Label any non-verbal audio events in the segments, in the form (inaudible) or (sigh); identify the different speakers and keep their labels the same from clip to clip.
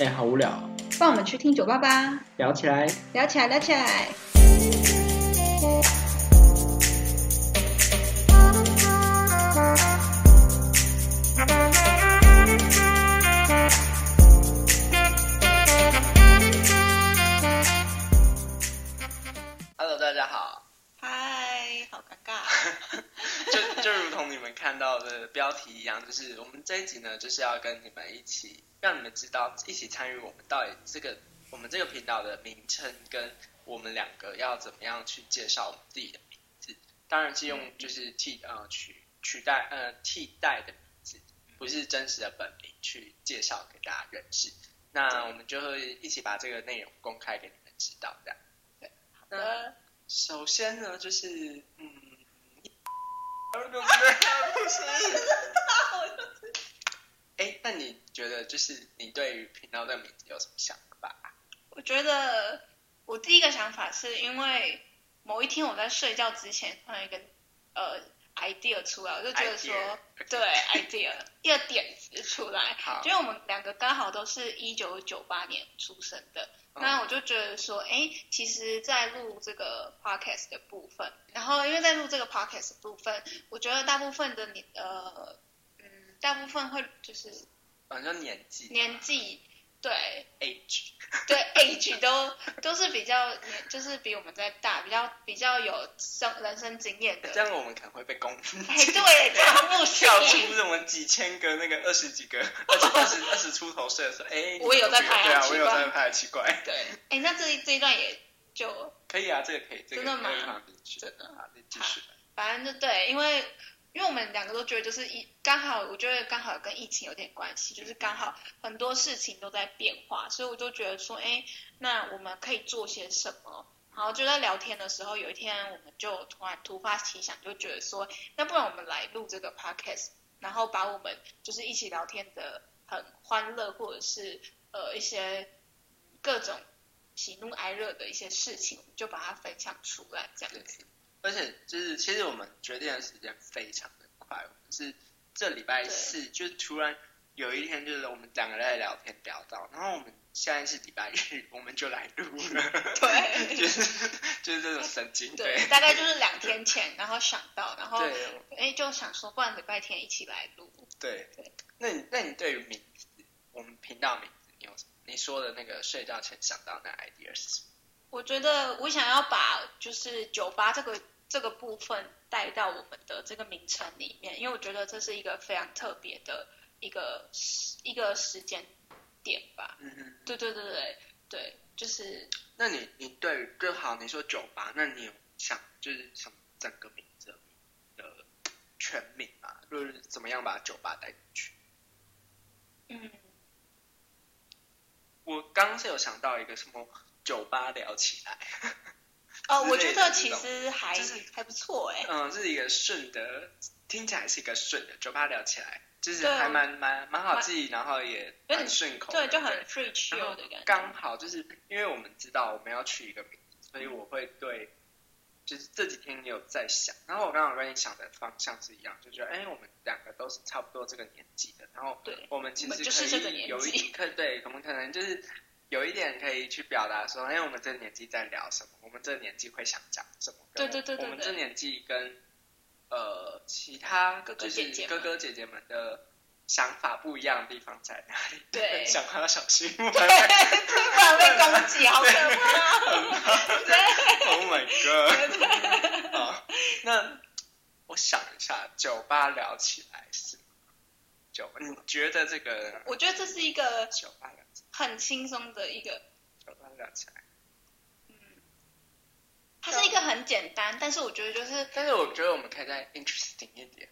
Speaker 1: 哎、好无聊，
Speaker 2: 帮我们去听九八八，
Speaker 1: 聊起来。
Speaker 2: 聊起来，聊起来。
Speaker 3: Hello，大家好，
Speaker 2: 嗨，好尴尬。
Speaker 3: 就就如同你们看到的标题一样，就是我们这一集呢，就是要跟你们一起，让你们知道，一起参与我们到底这个我们这个频道的名称跟我们两个要怎么样去介绍我们自己的名字。当然是
Speaker 1: 嗯
Speaker 3: 用就是替呃取取代呃替代的名字，不是真实的本名去介绍给大家认识。那我们就会一起把这个内容公开给你们知道，这样。对，那 (laughs) 首先呢，就是嗯，不是，哎，那你觉得就是你对于频道的名字有什么想法？
Speaker 4: 我觉得我第一个想法是因为某一天我在睡觉之前突然有一个呃 idea 出来，我就觉得说
Speaker 3: Idea (laughs)
Speaker 4: 对 idea 一个点子出来
Speaker 3: 好，
Speaker 4: 因为我们两个刚好都是一九九八年出生的，
Speaker 3: 嗯
Speaker 4: 那我就觉得说，哎，其实，在录这个 podcast 的部分，然后因为在录这个 podcast 的部分，我觉得大部分的你呃嗯，大部分会就是
Speaker 3: 反正年纪
Speaker 4: 年纪对
Speaker 3: age
Speaker 4: 对 age (laughs) 都都是比较年，就是比我们在大，比较比较有生人生经验的。
Speaker 3: 这样我们可能会被攻击，
Speaker 4: 哎，对，这样不行
Speaker 3: 跳。出什么几千个那个二十几个二十二十二十出头岁的时候，哎，
Speaker 4: 我有在拍
Speaker 3: 对啊，
Speaker 4: 奇
Speaker 3: 我
Speaker 4: 怪
Speaker 3: 有在拍，奇怪，
Speaker 4: 对，哎，那这一这一段也就
Speaker 3: 可以啊，这个可以，这
Speaker 4: 真
Speaker 3: 个
Speaker 4: 的吗
Speaker 3: 可以放进去，
Speaker 4: 真的
Speaker 3: 好，你继续，
Speaker 4: 反正就对，因为因为我们两个都觉得就是一刚好，我觉得刚好跟疫情有点关系，就是刚好很多事情都在变化，所以我就觉得说，哎，那我们可以做些什么？然后就在聊天的时候，有一天我们就突然突发奇想，就觉得说，那不然我们来录这个 podcast，然后把我们就是一起聊天的很欢乐，或者是呃一些各种喜怒哀乐的一些事情，我们就把它分享出来，这样
Speaker 3: (laughs)
Speaker 4: 子。 (laughs)
Speaker 3: 而且就是，其实我们决定的时间非常的快，我们是这礼拜四，就突然有一天，就是我们两个人在聊天聊到，然后我们现在是礼拜日，我们就来录了， (laughs)
Speaker 4: 对。
Speaker 3: 就是就是这种神经
Speaker 4: 对
Speaker 3: 对，
Speaker 4: 大概就是两天前，然后想到，然后
Speaker 3: 对
Speaker 4: 哎就想说，不然礼拜天一起来录。
Speaker 3: 对
Speaker 4: 对。
Speaker 3: 那你那你对于名字，我们频道名字，你有什么？你说的那个睡觉前想到那 idea 是什么？
Speaker 4: 我觉得我想要把就是酒吧这个这个部分带到我们的这个名称里面，因为我觉得这是一个非常特别的一个时一个时间点吧。 (laughs)
Speaker 3: 嗯哼。
Speaker 4: 对对对对对，就是
Speaker 3: 那你你对于就好，你说酒吧，那你有想就是想整个名字的呃全名嘛？就是怎么样把酒吧带进去？
Speaker 4: 嗯，
Speaker 3: 我刚刚是有想到一个什么酒吧聊起来，
Speaker 4: 哦，
Speaker 3: 之类的
Speaker 4: 我觉得
Speaker 3: 这
Speaker 4: 其
Speaker 3: 种
Speaker 4: 实还、
Speaker 3: 就是
Speaker 4: 还不错哎、
Speaker 3: 嗯，这是一个顺的，听起来是一个顺的酒吧聊起来，就是
Speaker 4: 对啊
Speaker 3: 还蛮蛮蛮好记，然后也
Speaker 4: 有
Speaker 3: 很
Speaker 4: 点
Speaker 3: 顺口的，
Speaker 4: 对，就很 free chill 的感觉。
Speaker 3: 刚好就是因为我们知道我们要取一个名字，所以我会对，就是这几天也有在想，然后我刚好跟你想的方向是一样，就觉得哎，我们两个都是差不多这个年纪的，然后
Speaker 4: 对
Speaker 3: 我们其
Speaker 4: 我
Speaker 3: 实
Speaker 4: 们就是这
Speaker 3: 可
Speaker 4: 个
Speaker 3: 以
Speaker 4: 年纪
Speaker 3: 有一可对，我们可能就是有一点可以去表达说，哎，我们这个年纪在聊什么，我们这个年纪会想讲什么，跟
Speaker 4: 对对对对
Speaker 3: 我们
Speaker 4: 对
Speaker 3: 这个年纪跟呃其他
Speaker 4: 哥哥
Speaker 3: 就
Speaker 4: 姐
Speaker 3: 是
Speaker 4: 姐
Speaker 3: 哥
Speaker 4: 们
Speaker 3: 哥姐姐们的想法不一样的地方在哪里？
Speaker 4: 对
Speaker 3: (laughs) 想法要小心，我们
Speaker 4: 突然被攻击，好可怕哦！
Speaker 3: Oh my god！啊，那我想一下，酒吧聊起来是酒，你觉得这个
Speaker 4: 我觉得这是一个
Speaker 3: 酒吧聊起
Speaker 4: 很轻松的一个，
Speaker 3: 酒吧聊起来？
Speaker 4: 它是一个很简单，但是我觉得就是，
Speaker 3: 但是我觉得我们可以再 interesting 一点，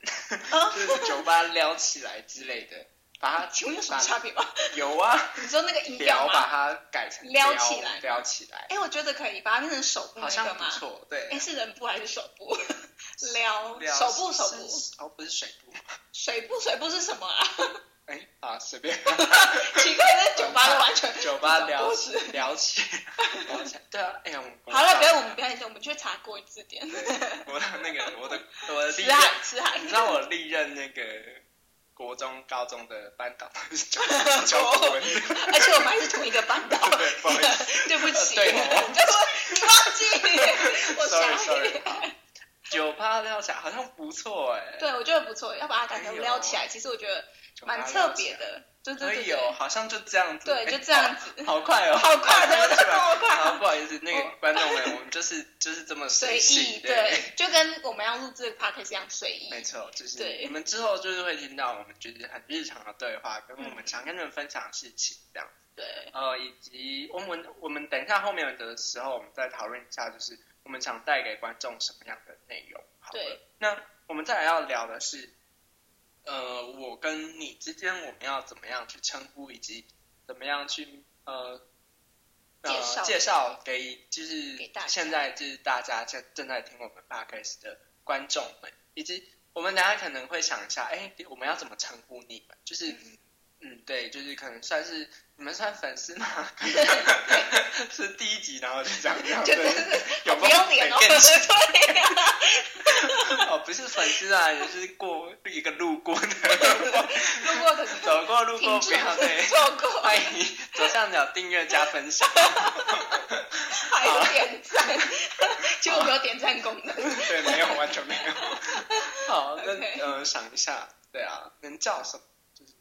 Speaker 4: 哦
Speaker 3: 就是酒吧聊起来之类的，把它
Speaker 4: 啊请问 (laughs) 有什么差别吗？
Speaker 3: 把有啊，
Speaker 4: 你说那 (laughs) 个音
Speaker 3: 聊
Speaker 4: 调
Speaker 3: 把
Speaker 4: 吗？
Speaker 3: 它改成
Speaker 4: 撩起来
Speaker 3: 聊起来，
Speaker 4: 哎，我觉得可以把它变成手部
Speaker 3: 好
Speaker 4: 那个
Speaker 3: 像不
Speaker 4: 吗？
Speaker 3: 错，对
Speaker 4: 哎，。是人部还是手部？撩
Speaker 3: 聊
Speaker 4: 手部
Speaker 3: 是
Speaker 4: 手部
Speaker 3: 是哦，不是水部，
Speaker 4: 水部水部是什么啊？
Speaker 3: 哎啊，随便。 (laughs)
Speaker 4: 奇怪，那酒吧都完 (laughs) 全
Speaker 3: 酒吧聊
Speaker 4: 不
Speaker 3: 起
Speaker 4: 是
Speaker 3: 聊起
Speaker 4: (laughs)
Speaker 3: 聊起来，对啊，哎呀，我们
Speaker 4: 好了，不要我们不要讲，我们去查过一字典。
Speaker 3: (laughs) 我的那个
Speaker 4: (laughs)
Speaker 3: 我的我的历
Speaker 4: 吃
Speaker 3: 任，
Speaker 4: 海吃海
Speaker 3: 你，知道我历
Speaker 4: (laughs)
Speaker 3: 任那个国中、高中的班导都是教教国文， (laughs)
Speaker 4: 而且我们还个班导，
Speaker 3: 对不好意
Speaker 4: (laughs)
Speaker 3: 思
Speaker 4: 对不起，
Speaker 3: 对哦
Speaker 4: 你就说你忘 (laughs) 记，我
Speaker 3: ，sorry
Speaker 4: 想
Speaker 3: sorry，
Speaker 4: 你。
Speaker 3: 好酒吧料起来好像不错哎、
Speaker 4: 对，我觉得不错，要把它改
Speaker 3: 哎
Speaker 4: 成
Speaker 3: 呦
Speaker 4: 撩起来。其实我觉得
Speaker 3: 酒吧
Speaker 4: 蛮
Speaker 3: 料起
Speaker 4: 特别，
Speaker 3: 来
Speaker 4: 的，对对
Speaker 3: 可
Speaker 4: 对
Speaker 3: 以哦，
Speaker 4: 对，
Speaker 3: 好像就这样子，
Speaker 4: 对，
Speaker 3: 哎
Speaker 4: 就这样子，
Speaker 3: 好快
Speaker 4: (laughs)
Speaker 3: 哦，
Speaker 4: 好快
Speaker 3: (laughs) 好
Speaker 4: 真的好快
Speaker 3: 好不好意思，那个
Speaker 4: 哦
Speaker 3: 观众们，我们就是就是这么
Speaker 4: 随
Speaker 3: 性，
Speaker 4: 意，对，就跟我们要录制 podcast 一样随意。
Speaker 3: 没错，就是
Speaker 4: 对
Speaker 3: 你们之后就是会听到我们觉得很日常的对话，跟我们
Speaker 4: 嗯
Speaker 3: 常跟你们分享的事情这样，
Speaker 4: 对，
Speaker 3: 呃，以及我们我们等一下后面的时候，我们再讨论一下，就是我们想带给观众什么样的内容。好了
Speaker 4: 对，
Speaker 3: 那我们再来要聊的是，呃，我跟你之间我们要怎么样去称呼，以及怎么样去呃。
Speaker 4: 介绍
Speaker 3: 呃，介绍给就是
Speaker 4: 给大家
Speaker 3: 现在就是大家正正在听我们 podcast 的观众们，以及我们大家可能会想一下，哎，我们要怎么称呼你们？就是，嗯，对，就是可能算是你们算
Speaker 4: (laughs)
Speaker 3: 粉丝吗？是第一集，然后就这样，这样
Speaker 4: 就
Speaker 3: 对
Speaker 4: 真的是
Speaker 3: 有
Speaker 4: 不要脸哦，
Speaker 3: 更新
Speaker 4: 对呀，
Speaker 3: 哦，不是粉丝啊，也是过一个路
Speaker 4: (laughs)
Speaker 3: 过的，
Speaker 4: 路过的时候
Speaker 3: 走过 (laughs) 路过
Speaker 4: 停
Speaker 3: 不
Speaker 4: 住
Speaker 3: 要对，
Speaker 4: 错过，
Speaker 3: 欢迎左上角订阅加分享，
Speaker 4: 还有点赞，
Speaker 3: (laughs)
Speaker 4: 结果没有点赞功能。
Speaker 3: 对，没有，完全
Speaker 4: (laughs)
Speaker 3: 没有。好，那
Speaker 4: OK
Speaker 3: 呃，想一下，对啊，能叫什么？就是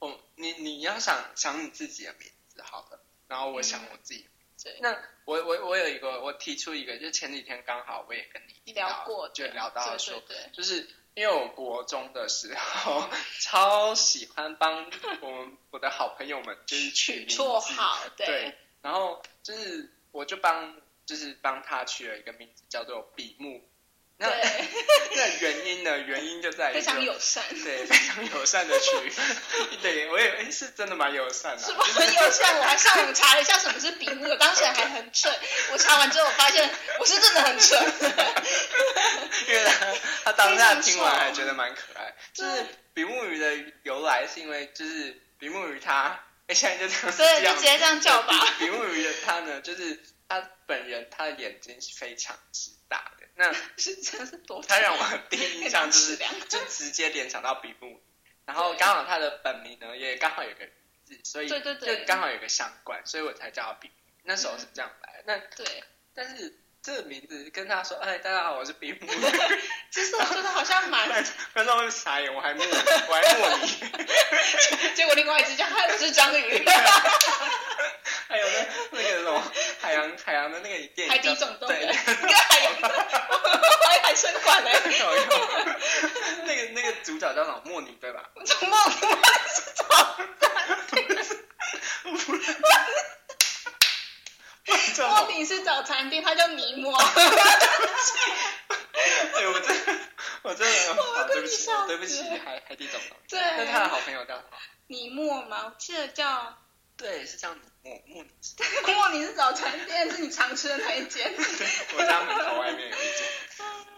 Speaker 3: 我你你要想想你自己的名字，好了，然后我想我自己的名字。
Speaker 4: 对
Speaker 3: 那我我我有一个，我提出一个，就前几天刚好我也跟你
Speaker 4: 聊过
Speaker 3: 就聊到说
Speaker 4: 对，对对，
Speaker 3: 就是因为我国中的时候， (laughs) 超喜欢帮我们我的好朋友们就是取名字
Speaker 4: 绰号，
Speaker 3: 对，然后就是我就帮就是帮他取了一个名字叫做比目。那
Speaker 4: 对，
Speaker 3: 那原因呢？原因就在于
Speaker 4: 非常
Speaker 3: 说
Speaker 4: 友
Speaker 3: (laughs)
Speaker 4: 善， (laughs)
Speaker 3: 对非常友善的取，对我也诶是真的蛮友善的、啊
Speaker 4: 是吧？很友善，我还上网查了一下什么是比目，当时还很蠢。我查完之后，我发现我是真的很蠢。
Speaker 3: 因为他 (laughs) 他当下听完还觉得蛮可爱。就
Speaker 4: 对
Speaker 3: 是比目鱼的由来是因为就是比目鱼它，哎现在就这
Speaker 4: 对，
Speaker 3: 样这样
Speaker 4: 就直接这样叫吧。
Speaker 3: 比目鱼的它呢，就是它本人它的眼睛是非常之大的，那
Speaker 4: 是真的是多蠢
Speaker 3: 它让我第一印象就
Speaker 4: (laughs) 非
Speaker 3: 是
Speaker 4: 常
Speaker 3: 就直接联想到比目鱼，然后
Speaker 4: 对
Speaker 3: 刚好它的本名呢也刚好有个鱼字，所以
Speaker 4: 对对对
Speaker 3: 就刚好有个相关，所以我才叫它比目鱼。那时候是这样来的，那
Speaker 4: 对，
Speaker 3: 但是这个名字跟他说，哎，大家好，我是比目鱼。
Speaker 4: 其实我觉得好像蛮，
Speaker 3: (laughs) 观众会傻眼，我还没有，我还没有你。
Speaker 4: 结果另外一只叫它是章鱼，
Speaker 3: (laughs) 还有那那个什么海洋海洋的那个电影叫
Speaker 4: 海底总动
Speaker 3: 对
Speaker 4: 员，跟海洋的，我还海参馆嘞，
Speaker 3: 那个有用那个那个主角叫什么？莫妮对吧？ (laughs)
Speaker 4: 我做梦，我是做
Speaker 3: 叫
Speaker 4: 莫比是早餐店，它叫尼摩。
Speaker 3: 对，哎我真的我真的
Speaker 4: 我
Speaker 3: 好
Speaker 4: 要跟
Speaker 3: 对
Speaker 4: 你
Speaker 3: 不起
Speaker 4: 笑死
Speaker 3: 对不起，海海底总动员。
Speaker 4: 对，
Speaker 3: 那他的好朋友叫什么？
Speaker 4: 尼莫吗？我记得叫
Speaker 3: 对，是叫莫莫妮。
Speaker 4: 莫，你是早餐店，是你常吃的那一间。
Speaker 3: 我家门口外面有一间。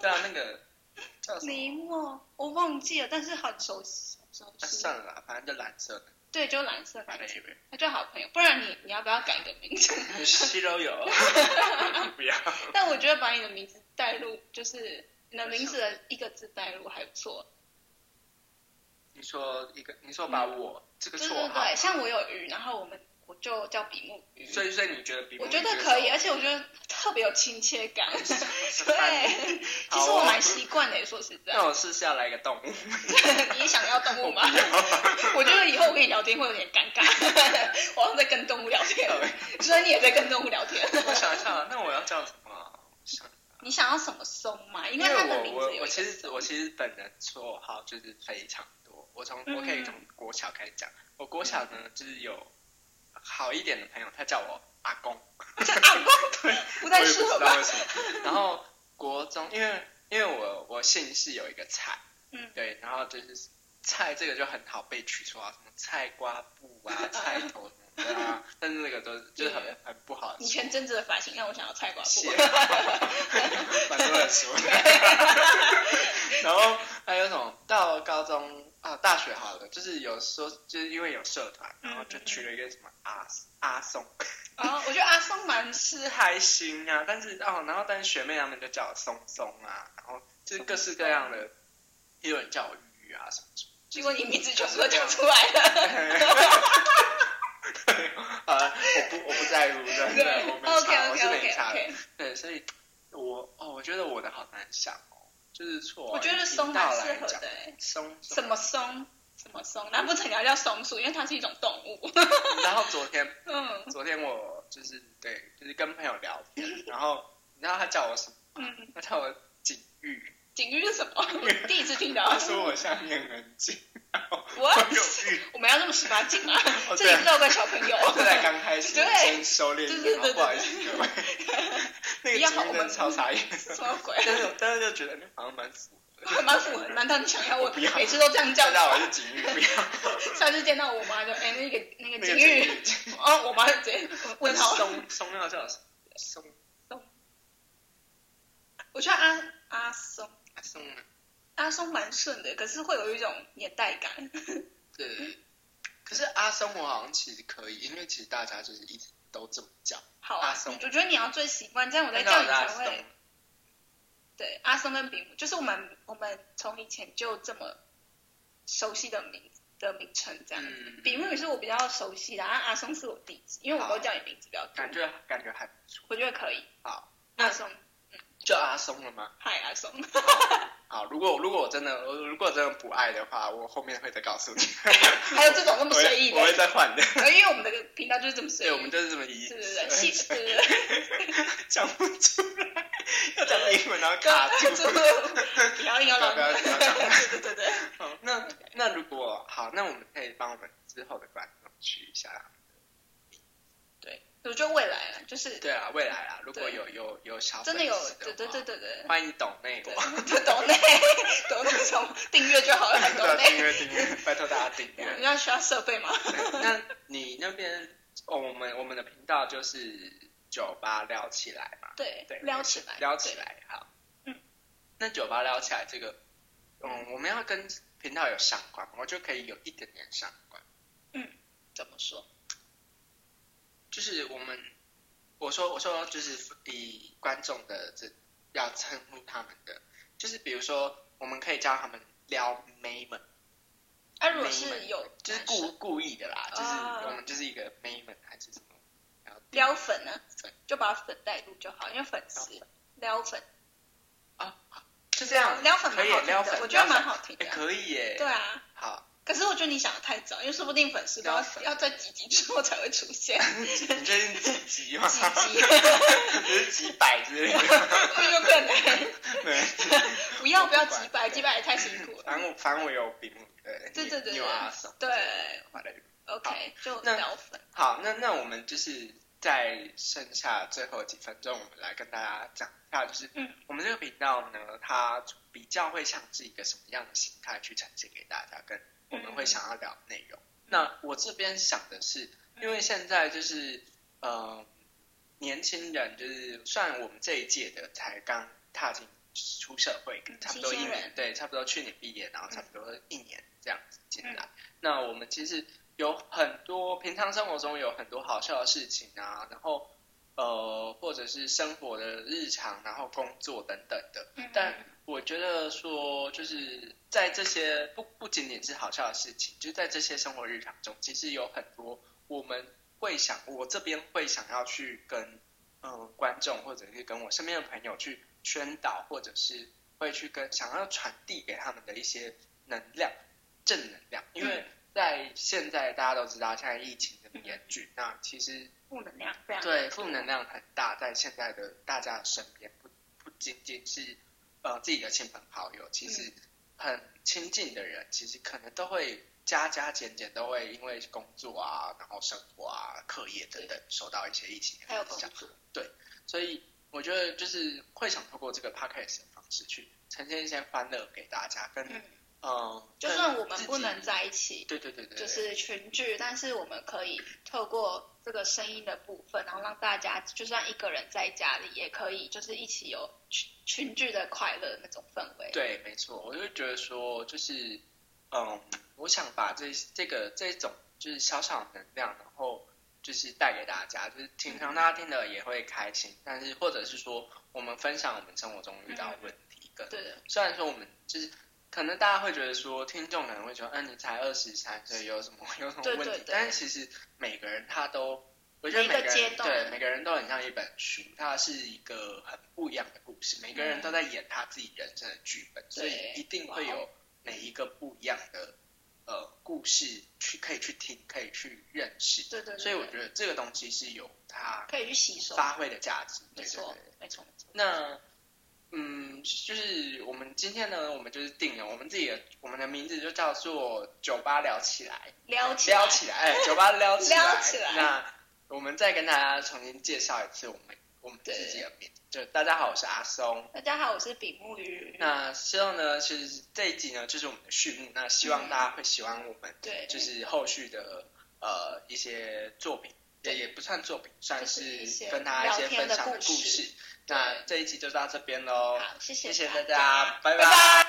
Speaker 3: 对啊，那个叫什么？
Speaker 4: 尼莫，我忘记了，但是很熟悉，很熟
Speaker 3: 啊
Speaker 4: 悉。
Speaker 3: 算了啦，反正就蓝色的。
Speaker 4: 对，就蓝色感觉，
Speaker 3: 对
Speaker 4: 他就好朋友。不然你你要不要改个名
Speaker 3: (laughs)
Speaker 4: 字？
Speaker 3: 西都有，不要。
Speaker 4: 但我觉得把你的名字带入，就是你的名字的一个字带入还不错。
Speaker 3: 你说一个，你说把我、这个
Speaker 4: 对
Speaker 3: 绰
Speaker 4: 对
Speaker 3: 号，
Speaker 4: 对，像我有鱼，然后我们我就叫比目鱼。
Speaker 3: 所以所以你觉得比目
Speaker 4: 我
Speaker 3: 鱼
Speaker 4: 觉得
Speaker 3: 这个
Speaker 4: 可以，
Speaker 3: 绰
Speaker 4: 而且我觉得特别有亲切
Speaker 3: (laughs)
Speaker 4: 感。
Speaker 3: 号，
Speaker 4: 对，其实
Speaker 3: 好哦哦
Speaker 4: 我蛮习惯的，说实在
Speaker 3: 那。我试下来一个动物，
Speaker 4: 你也想要动
Speaker 3: (laughs)
Speaker 4: 物吗？我觉得以后我跟你聊天会有点尴尬，我好像在跟动物聊天，所以你也在跟动物聊天。
Speaker 3: 我想一下，那我要叫什么啊？想
Speaker 4: 你想要什么松吗？应
Speaker 3: 因
Speaker 4: 该它的
Speaker 3: 为
Speaker 4: 名
Speaker 3: 我
Speaker 4: 字
Speaker 3: 我
Speaker 4: 有
Speaker 3: 我
Speaker 4: 一
Speaker 3: 其
Speaker 4: 个
Speaker 3: 实我其实本人绰号就是非常多，我从
Speaker 4: 嗯
Speaker 3: 我可以从国小开始讲，我国小呢就是有好一点的朋友，他叫我阿
Speaker 4: (laughs)
Speaker 3: 公，
Speaker 4: 不
Speaker 3: 不
Speaker 4: 太适合
Speaker 3: 我也
Speaker 4: 吧？
Speaker 3: 不知道为什么。然后国中，因为因为我我姓氏有一个蔡，
Speaker 4: 嗯
Speaker 3: 对，然后就是蔡这个就很好被取绰号，什么菜瓜布
Speaker 4: (laughs)
Speaker 3: 啊、菜头什么的啊，但是那个都就是很很不好
Speaker 4: 你前阵子的发型让我想要菜瓜
Speaker 3: 写，
Speaker 4: 布，
Speaker 3: 蛮多人说的。
Speaker 4: (laughs)
Speaker 3: 然后还有什么？到高中啊，大学好了，就是有说，就是因为有社团，然后就取了一个什么阿阿松，
Speaker 4: (laughs) 然后我觉得阿松蛮
Speaker 3: 是还行啊，但是哦，然后但是学妹她们就叫我松松啊，然后就是各式各样的，也有人叫我鱼鱼啊什么什么。
Speaker 4: 结果你名字全部都讲出来了，
Speaker 3: 啊，
Speaker 4: (laughs)
Speaker 3: 所以我哦，我觉得我的好难想哦，就是错。
Speaker 4: 我觉得松蛮适合的欸
Speaker 3: 松
Speaker 4: 什么？松？什么松？难不成你要叫松鼠？因为它是一种动物。
Speaker 3: 然后昨天
Speaker 4: 嗯
Speaker 3: 昨天我就是对，就是跟朋友聊天，然后你知道他叫我什么？
Speaker 4: 嗯，
Speaker 3: 他叫我景玉，
Speaker 4: 警喻是什 (laughs) 么？我第一次听到
Speaker 3: 他。说我下面很紧，然后
Speaker 4: 嗯 (laughs) 我
Speaker 3: 我有玉。
Speaker 4: 我们要这么十八禁吗？
Speaker 3: (laughs)
Speaker 4: (laughs)
Speaker 3: 哦
Speaker 4: 这
Speaker 3: 对
Speaker 4: 里
Speaker 3: 啊
Speaker 4: 不知道怪小朋友。
Speaker 3: 我在刚开
Speaker 4: (laughs)
Speaker 3: 始
Speaker 4: 对
Speaker 3: 先收敛一
Speaker 4: 对
Speaker 3: 点，
Speaker 4: 对
Speaker 3: 然
Speaker 4: 对
Speaker 3: 后不好意思各位，
Speaker 4: (laughs)
Speaker 3: 那个
Speaker 4: 一样
Speaker 3: 景玉
Speaker 4: 我
Speaker 3: 真的
Speaker 4: 们
Speaker 3: 超
Speaker 4: (laughs)
Speaker 3: 傻眼，
Speaker 4: 什么鬼？
Speaker 3: 但是但是就觉得嗯好像蛮符合的，
Speaker 4: 蛮符合，蛮当你想要我
Speaker 3: 不要
Speaker 4: 每次都这样叫
Speaker 3: 叫到我是景玉，不要
Speaker 4: 下次见到我妈就哎、那个那个
Speaker 3: 那个
Speaker 4: 景
Speaker 3: 景
Speaker 4: 玉，
Speaker 3: 玉。
Speaker 4: 哦，我妈就直接问
Speaker 3: (laughs) 那
Speaker 4: 号。
Speaker 3: 松松料叫什么？松
Speaker 4: 我觉得阿阿松
Speaker 3: 松
Speaker 4: 阿松蛮顺的，可是会有一种年代感。
Speaker 3: 对。可是阿松我好像其实可以，因为其实大家就是一直都这么叫。
Speaker 4: 好
Speaker 3: 阿
Speaker 4: 啊，
Speaker 3: 松
Speaker 4: 我觉得你要最习惯，这样我在叫
Speaker 3: 看到我
Speaker 4: 你
Speaker 3: 的阿
Speaker 4: 才
Speaker 3: 松
Speaker 4: 会。对，阿松跟比姆，就是我们我们从以前就这么熟悉的名的名称这样。
Speaker 3: 嗯，
Speaker 4: 比姆也是我比较熟悉的，阿阿松是我弟弟，因为我
Speaker 3: 好
Speaker 4: 都叫你名字比较多，
Speaker 3: 感觉感觉还不错。
Speaker 4: 我觉得可以。
Speaker 3: 好，
Speaker 4: 阿松，
Speaker 3: 就阿松了吗？
Speaker 4: 嗨阿松，
Speaker 3: 好，如果如果我真的如果真的不爱的话，我后面会再告诉你。
Speaker 4: 还有这种那么
Speaker 3: 我
Speaker 4: 随
Speaker 3: 会
Speaker 4: 意
Speaker 3: 我会
Speaker 4: 的，
Speaker 3: 再换的。
Speaker 4: 因为我们的频道就是这么随
Speaker 3: 对，
Speaker 4: 意，
Speaker 3: 我们就是这么一，
Speaker 4: 对对对，细对对对，
Speaker 3: 讲不出来，要讲英文然后卡住。
Speaker 4: 住，不要硬要乱
Speaker 3: 不要不要不要
Speaker 4: 对对对对，
Speaker 3: 好那那如果好，那我们可以帮我们之后的观众取一下啦。
Speaker 4: 对，我觉得未来了，就是
Speaker 3: 对啊，未来啊，如果
Speaker 4: 对
Speaker 3: 有有有小
Speaker 4: 真的有
Speaker 3: 啊粉丝，
Speaker 4: 对对
Speaker 3: 的话
Speaker 4: 对对对。
Speaker 3: 欢迎懂内
Speaker 4: 对
Speaker 3: 我，
Speaker 4: 就抖内，抖内什
Speaker 3: (laughs)
Speaker 4: 么订阅就好了，抖
Speaker 3: 要订
Speaker 4: 内。
Speaker 3: 阅订阅，拜托大家订阅
Speaker 4: 你。要需要设备吗？
Speaker 3: 对 (laughs) 那你那边哦，我们我们的频道就是酒吧撩起来嘛，
Speaker 4: 对
Speaker 3: 对，
Speaker 4: 撩起来，
Speaker 3: 撩起来好。
Speaker 4: 嗯，
Speaker 3: 那酒吧撩起来这个，嗯，我们要跟频道有相关，我就可以有一点点相关，
Speaker 4: 对。怎么说？
Speaker 3: 就是我们我说我说就是以观众的这要称呼他们的，就是比如说我们可以叫他们撩妹们。
Speaker 4: 啊，如果
Speaker 3: 妹
Speaker 4: 是
Speaker 3: 妹
Speaker 4: 有
Speaker 3: 就是
Speaker 4: 男
Speaker 3: 故
Speaker 4: 生
Speaker 3: 故意的啦，
Speaker 4: 啊
Speaker 3: 就是我们就是一个 m a n 还是什么，然后
Speaker 4: 撩粉呢
Speaker 3: 对，
Speaker 4: 就把粉带入就好，因为粉丝撩粉，
Speaker 3: 就这样，
Speaker 4: 撩粉蛮
Speaker 3: 可以
Speaker 4: 好听
Speaker 3: 撩粉
Speaker 4: 的，我觉得蛮
Speaker 3: 撩
Speaker 4: 好听的
Speaker 3: 粉哎
Speaker 4: 啊。
Speaker 3: 可以耶，
Speaker 4: 对啊，
Speaker 3: 好，
Speaker 4: 可是我觉得你想的太早，因为说不定粉丝都
Speaker 3: 撩
Speaker 4: 要
Speaker 3: 粉
Speaker 4: 要在几集之后才会出
Speaker 3: (laughs)
Speaker 4: 现。
Speaker 3: 你最近几集吗？
Speaker 4: 几集，
Speaker 3: 不是几百之类的，
Speaker 4: 有可能。
Speaker 3: 对，
Speaker 4: (laughs) 不要不要几
Speaker 3: (laughs)
Speaker 4: 百，几百也太辛苦了
Speaker 3: 反。正我反正我有饼，对，
Speaker 4: 对对对
Speaker 3: 你有啊阿松，
Speaker 4: 对
Speaker 3: 好嘞
Speaker 4: ，OK，就
Speaker 3: 那
Speaker 4: 聊粉。
Speaker 3: 好，那那我们就是在剩下最后几分钟，我们来跟大家讲一下，就是
Speaker 4: 嗯
Speaker 3: 我们这个频道呢，它比较会像是一个什么样的形态去呈现给大家，跟我们会想要聊的内容。那我这边想的是，因为现在就是呃，年轻人就是算我们这一届的才刚踏进出社会
Speaker 4: 嗯，
Speaker 3: 差不多一
Speaker 4: 新鲜
Speaker 3: 年
Speaker 4: 人，
Speaker 3: 对，差不多去年毕业，然后差不多一年这样子进来。
Speaker 4: 嗯
Speaker 3: 那我们其实有很多平常生活中有很多好笑的事情啊，然后呃，或者是生活的日常，然后工作等等的。
Speaker 4: 嗯
Speaker 3: 但我觉得说，就是在这些不不仅仅是好笑的事情，就是在这些生活日常中，其实有很多我们会想，我这边会想要去跟呃观众或者是跟我身边的朋友去宣导，或者是会去跟想要传递给他们的一些能量、正能量，因为在现在大家都知道，现在疫情这么严峻，那其实
Speaker 4: 负能量非常
Speaker 3: 对，负能量很大，在现在的大家身边，不不仅仅是呃自己的亲朋好友，其实
Speaker 4: 嗯
Speaker 3: 很亲近的人，其实可能都会加加减减都会因为工作啊，然后生活啊、课业等等，受到一些疫情的
Speaker 4: 还有
Speaker 3: 影
Speaker 4: 工
Speaker 3: 响。
Speaker 4: 作，
Speaker 3: 所以我觉得就是会想透过这个 podcast 的方式去呈现一些欢乐给大家，跟
Speaker 4: 嗯
Speaker 3: 嗯、呃
Speaker 4: 就
Speaker 3: 跟
Speaker 4: 算我们
Speaker 3: 自
Speaker 4: 不
Speaker 3: 己
Speaker 4: 能在一起，
Speaker 3: 对对对对，对
Speaker 4: 就是群聚，但是我们可以透过这个声音的部分，然后让大家就算一个人在家里，也可以就是一起有群群聚的快乐那种氛围。
Speaker 3: 对，没错，我就觉得说，就是嗯，我想把这这个这种就是小小的能量，然后就是带给大家，就是平常大家听了也会开心，但是或者是说我们分享我们生活中遇到的问题，跟
Speaker 4: 对的，
Speaker 3: 虽然说我们就是。可能大家会觉得说，听众可能会觉得，嗯、你才二十三岁，有什么有什么
Speaker 4: 对
Speaker 3: 问题？
Speaker 4: 对对
Speaker 3: 但是其实每个人他都，我觉得
Speaker 4: 每
Speaker 3: 每
Speaker 4: 个
Speaker 3: 个人
Speaker 4: 阶段
Speaker 3: 对每个人都很像一本书，它是一个很不一样的故事，每个人都在演他自己人生的剧本，所以一定会有每一个不一样的呃故事去可以去听，可以去认识。
Speaker 4: 对对对，
Speaker 3: 所以我
Speaker 4: 对
Speaker 3: 觉得这个东西是有它
Speaker 4: 可以去吸收，
Speaker 3: 发挥的价值。
Speaker 4: 没
Speaker 3: 对对
Speaker 4: 错
Speaker 3: 对。
Speaker 4: 没错没错，
Speaker 3: 那嗯，就是我们今天呢，我们就是定了我们自己的我们的名字就叫做“酒吧聊起来”。
Speaker 4: 撩起来
Speaker 3: 撩起来，哎，酒吧撩起来。
Speaker 4: 撩起来
Speaker 3: 那我们再跟大家重新介绍一次我们我们自己的名字，就大家好，我是阿松。
Speaker 4: 大家好，我是比目鱼，
Speaker 3: 那希望呢，是这一集呢，就是我们的序幕。那希望大家会喜欢我们，
Speaker 4: 嗯对，
Speaker 3: 就是后续的呃一些作品，也也不算作品，算
Speaker 4: 就是一些
Speaker 3: 跟大家一些分
Speaker 4: 聊天
Speaker 3: 享
Speaker 4: 的
Speaker 3: 故
Speaker 4: 故事
Speaker 3: 事。那这一集就到这边喽，
Speaker 4: 好，谢
Speaker 3: 谢
Speaker 4: 谢大
Speaker 3: 谢大家，
Speaker 4: 拜
Speaker 3: 拜拜